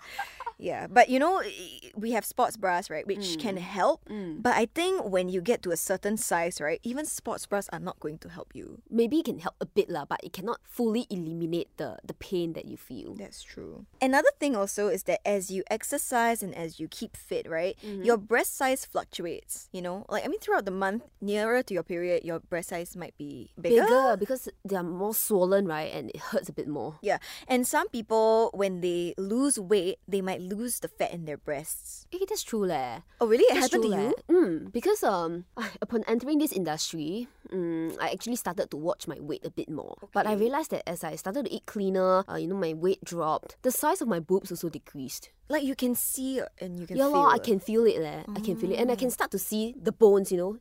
A: yeah, but you know, i- we have sports bras, right, which can help. But I think when you get to a certain size, right, even sports bras are not going to help you.
B: Maybe it can help a bit lah, but it cannot fully eliminate the, the pain that you feel.
A: That's true. Another thing also is that as you exercise and as you keep fit, right,
B: Mm-hmm.
A: your breast size fluctuates. You know, like I mean, throughout the month, nearer to your period, your breast size might be bigger.
B: Bigger because they are more swollen, right? And it hurts a bit more.
A: Yeah, and some people when they lose weight, they might lose the fat in their breasts.
B: Eh, that's true leh.
A: Oh, really? It
B: That's
A: happened to
B: true
A: you?
B: leh. Mm, because um, upon entering this industry, mm, I actually started to watch my weight a bit more. But I realized that as I started to eat cleaner, uh, you know, my weight dropped. The size of my boobs also decreased.
A: Like you can see and you can
B: yeah,
A: feel.
B: lor, I
A: it.
B: can feel it Oh. leh. I can feel it, and I can start to see the bones, you know,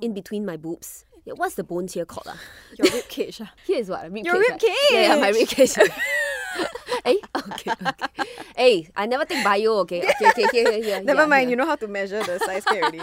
B: in between my boobs. Yeah, what's the bones here called? ah?
A: Your rib cage. ah.
B: Here is what? A rib
A: Your
B: cage,
A: rib
B: right? Yeah, yeah, my rib cage. Eh, okay, okay. Hey, I never take bio, okay? Okay, okay, here, here, here.
A: Never
B: yeah,
A: mind.
B: here.
A: You know how to measure the size can already.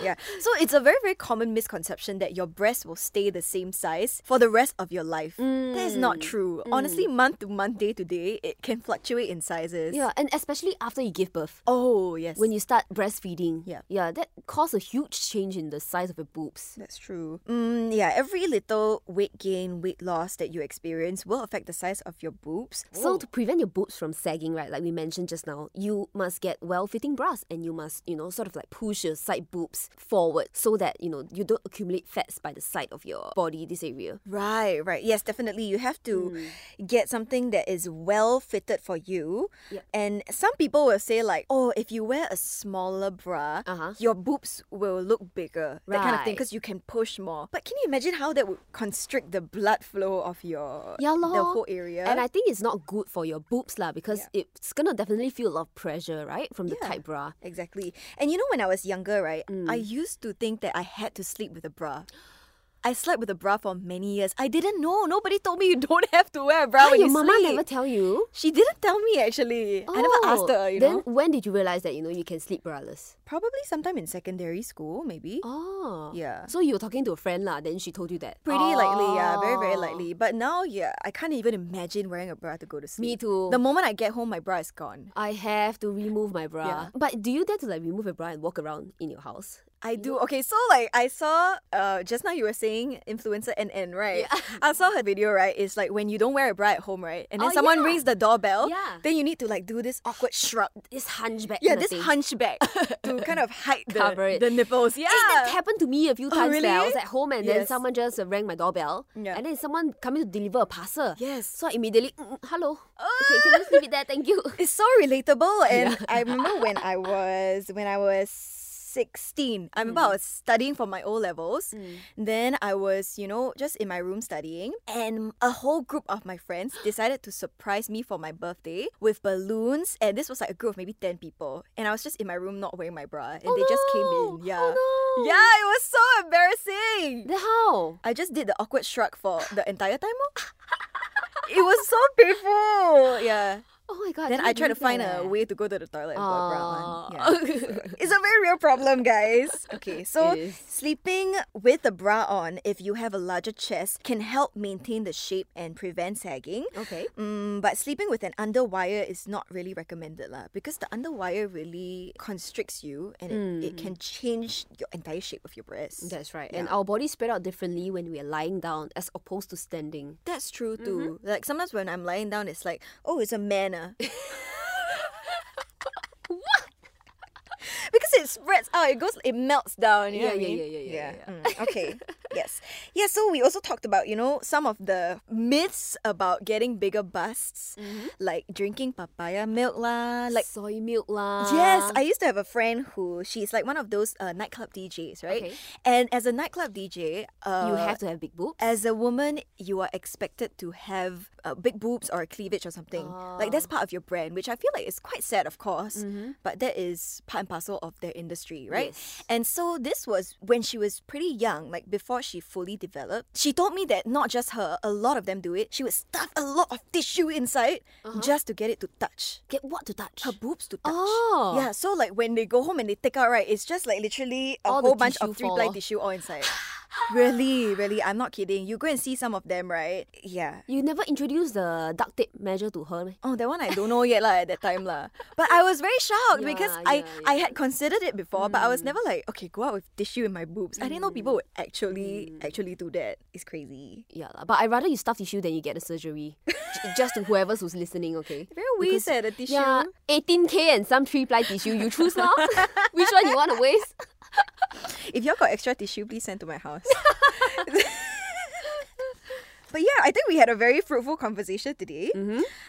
A: Yeah. So it's a very very common misconception that your breasts will stay the same size for the rest of your life. That is
B: Mm,
A: not true. Honestly, month to month, day to day, it can fluctuate in sizes.
B: Yeah, and especially after you give birth.
A: Oh yes.
B: when you start breastfeeding.
A: Yeah.
B: Yeah, that caused a huge change in the size of your boobs.
A: That's true. Mm, yeah, every little weight gain, weight loss that you experience will affect the size of your boobs.
B: So to prevent your boobs from sagging, right, like we mentioned just now, you must get well-fitting bras and you must, you know, sort of like push your side boobs forward so that, you know, you don't accumulate fats by the side of your body, this area.
A: Right, right. Yes, definitely. You have to get something that is well fitted for you.
B: Mm. Yep.
A: And some people will say, like, oh, if you wear a smaller bra,
B: Uh-huh.
A: your boobs will look bigger. That kind of thing,
B: Right.
A: because you can push more. But can you imagine how that would constrict the blood flow of your
B: Yeah, lor.
A: the whole area?
B: And I think it's not good for your boobs lah because it's gonna definitely feel a lot of pressure, right? From the
A: Yeah.
B: tight bra.
A: Exactly. And you know, when I was younger, right,
B: Mm.
A: I used to think that I had to sleep with a bra. I slept with a bra for many years. I didn't know. Nobody told me you don't have to wear a bra
B: Ah,
A: when
B: your
A: you
B: mama
A: sleep.
B: never tell you.
A: she didn't tell me actually. I never asked her. You
B: Oh, then
A: know,
B: when did you realize that you know you can sleep braless?
A: probably sometime in secondary school, maybe.
B: Oh.
A: Yeah.
B: So you were talking to a friend lah, then she told you that.
A: Pretty likely, yeah, very very
B: Oh.
A: likely. But now, yeah, I can't even imagine wearing a bra to go to sleep.
B: Me too.
A: The moment I get home, my bra is gone.
B: I have to remove my bra.
A: Yeah.
B: But do you dare to like remove your bra and walk around in your house?
A: I do. Okay, so like I saw uh just now you were saying influencer NN, right?
B: Yeah.
A: I saw her video, right? It's like when you don't wear a bra at home, right? And then
B: Oh,
A: someone
B: yeah.
A: rings the doorbell,
B: Yeah.
A: then you need to like do this awkward shrug.
B: This hunchback.
A: Yeah,
B: kinda
A: this
B: thing.
A: hunchback to kind of hide the,
B: Cover it.
A: the nipples. Yeah.
B: Eh, that happened to me a few times. leh. I
A: really?
B: was at home and then
A: Yes.
B: someone just uh, rang my doorbell.
A: Yeah.
B: And then someone coming to deliver a parcel.
A: Yes.
B: So I immediately, "Mm, mm, hello. Okay, can you just leave it there? Thank you.
A: it's so relatable and I remember when I was when I was 16
B: Mm.
A: I remember I was studying for my O levels then I was you know just in my room studying and a whole group of my friends decided to surprise me for my birthday with balloons and this was like a group of maybe 10 people and I was just in my room not wearing my bra and they just came
B: Oh, no.
A: in yeah
B: Oh, no.
A: yeah it was so embarrassing
B: Then how?
A: I just did the awkward shrug for the entire time oh. it was so painful yeah
B: Oh my god.
A: then
B: cannot
A: I try to
B: believe
A: find
B: that.
A: a way to go to the toilet and put a bra on.
B: Oh.
A: Yeah. it's a very real problem, guys. Okay, so
B: It is.
A: sleeping with a bra on, if you have a larger chest, can help maintain the shape and prevent sagging.
B: okay.
A: Mm, but sleeping with an underwire is not really recommended lah, because the underwire really constricts you and it,
B: Hmm.
A: it can change your entire shape of your breast.
B: That's right. And our bodies spread out differently when we are lying down as opposed to standing.
A: That's true too.
B: Mm-hmm.
A: Like sometimes when I'm lying down, it's like, oh, it's a man. ah." Because it spreads out, it goes, it melts down. You know
B: Yeah,
A: what I
B: yeah,
A: mean?
B: yeah, yeah, yeah, yeah,
A: Mm, okay. yes. Yeah, so we also talked about, you know, some of the myths about getting bigger busts,
B: Mm-hmm.
A: like drinking papaya milk lah. Like,
B: soy milk lah.
A: yes, I used to have a friend who, she's like one of those uh, nightclub DJs, right?
B: Okay.
A: And as a nightclub DJ, uh,
B: you have to have big boobs.
A: as a woman, you are expected to have uh, big boobs or a cleavage or something. Like that's part of your brand, which I feel like is quite sad, of course, but that is part and parcel of their industry, right?
B: Yes.
A: And so this was when she was pretty young, like before she fully developed. She told me that not just her, a lot of them do it. She would stuff a lot of tissue inside just to get it to touch.
B: Get what to touch?
A: Her boobs to touch.
B: Oh.
A: Yeah, so like when they go home and they take out, right, it's just like literally a
B: All the
A: whole bunch of
B: tissue
A: three ply
B: fall.
A: tissue all inside. really, really, I'm not kidding. You go and see some of them, right? Yeah.
B: You never introduced the duct tape measure to her. meh?
A: Oh, that one I don't know yet lah at that time lah. But I was very shocked because
B: Yeah,
A: I,
B: yeah, Mm.
A: I had considered it before, but I was never like, okay, go out with tissue in my boobs. I didn't know people would actually
B: Mm.
A: actually do that. It's crazy.
B: Yeah, lah, but I rather you stuff tissue than you get a surgery. J- Just to whoever's who's listening, okay?
A: Very weird eh, the tissue.
B: Yeah, 18k and some three ply tissue. You choose now. Which one you want to waste?
A: If y'all got extra tissue, please send to my house. but yeah, I think we had a very fruitful conversation today.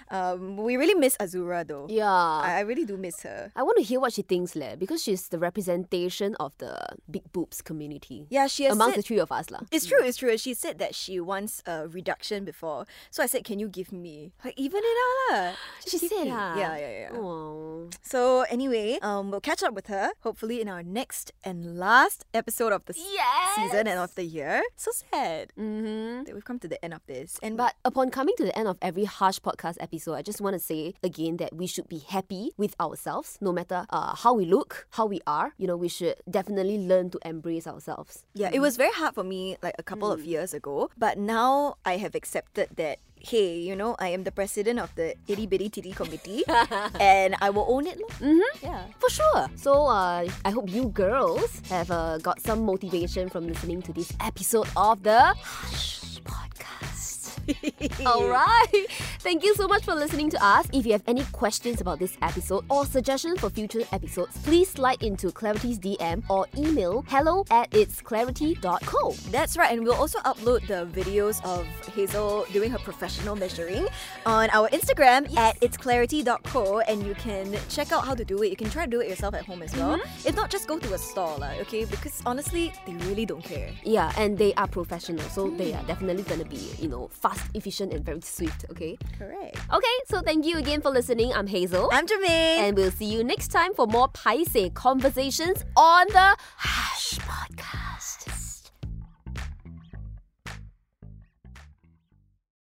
A: Um, we really miss Azura though.
B: Mm-hmm. Yeah.
A: I, I really do miss her.
B: I want to hear what she thinks, leh, because she's the representation of the big boobs community.
A: Yeah, she has
B: among
A: said-
B: the three of us, lah.
A: It's true, it's true. She said that she wants a reduction before. So I said, Can you give me? Like, even it out. lah. Just
B: She
A: give
B: said,
A: me."
B: ah.
A: Yeah, yeah, yeah.
B: Oh.
A: So anyway, um, we'll catch up with her hopefully in our next and last episode of the s-
B: Yes.
A: season and of the year. So sad
B: Mm-hmm.
A: that we've come to the end of this. And
B: But upon coming to the end of every harsh podcast episode, I just want to say again that we should be happy with ourselves, no matter uh, how we look, how we are. You know, we should definitely learn to embrace ourselves.
A: Yeah, it was very hard for me like a couple of years ago, but now I have accepted that. Hey, you know, I am the president of the itty bitty titty committee, and I will own it. lah.
B: Yeah, for sure. So uh, I hope you girls have uh, got some motivation from listening to this episode of the Hush Podcast. All right. Thank you so much for listening to us. If you have any questions about this episode or suggestions for future episodes, please slide into Clarity's DM or email hello at itsclarity.co.
A: That's right, and we'll also upload the videos of Hazel doing her professional measuring on our Instagram at itsclarity.co, and you can check out how to do it. You can try to do it yourself at home as well. If not, just go to a store, lah, okay? Because honestly, they really don't care.
B: Yeah, and they are professional, so they are definitely gonna be, you know, fast, efficient, and very swift, okay?
A: Correct.
B: Okay, so thank you again for listening. I'm Hazel.
A: I'm Jermaine.
B: and we'll see you next time for more Paise conversations on the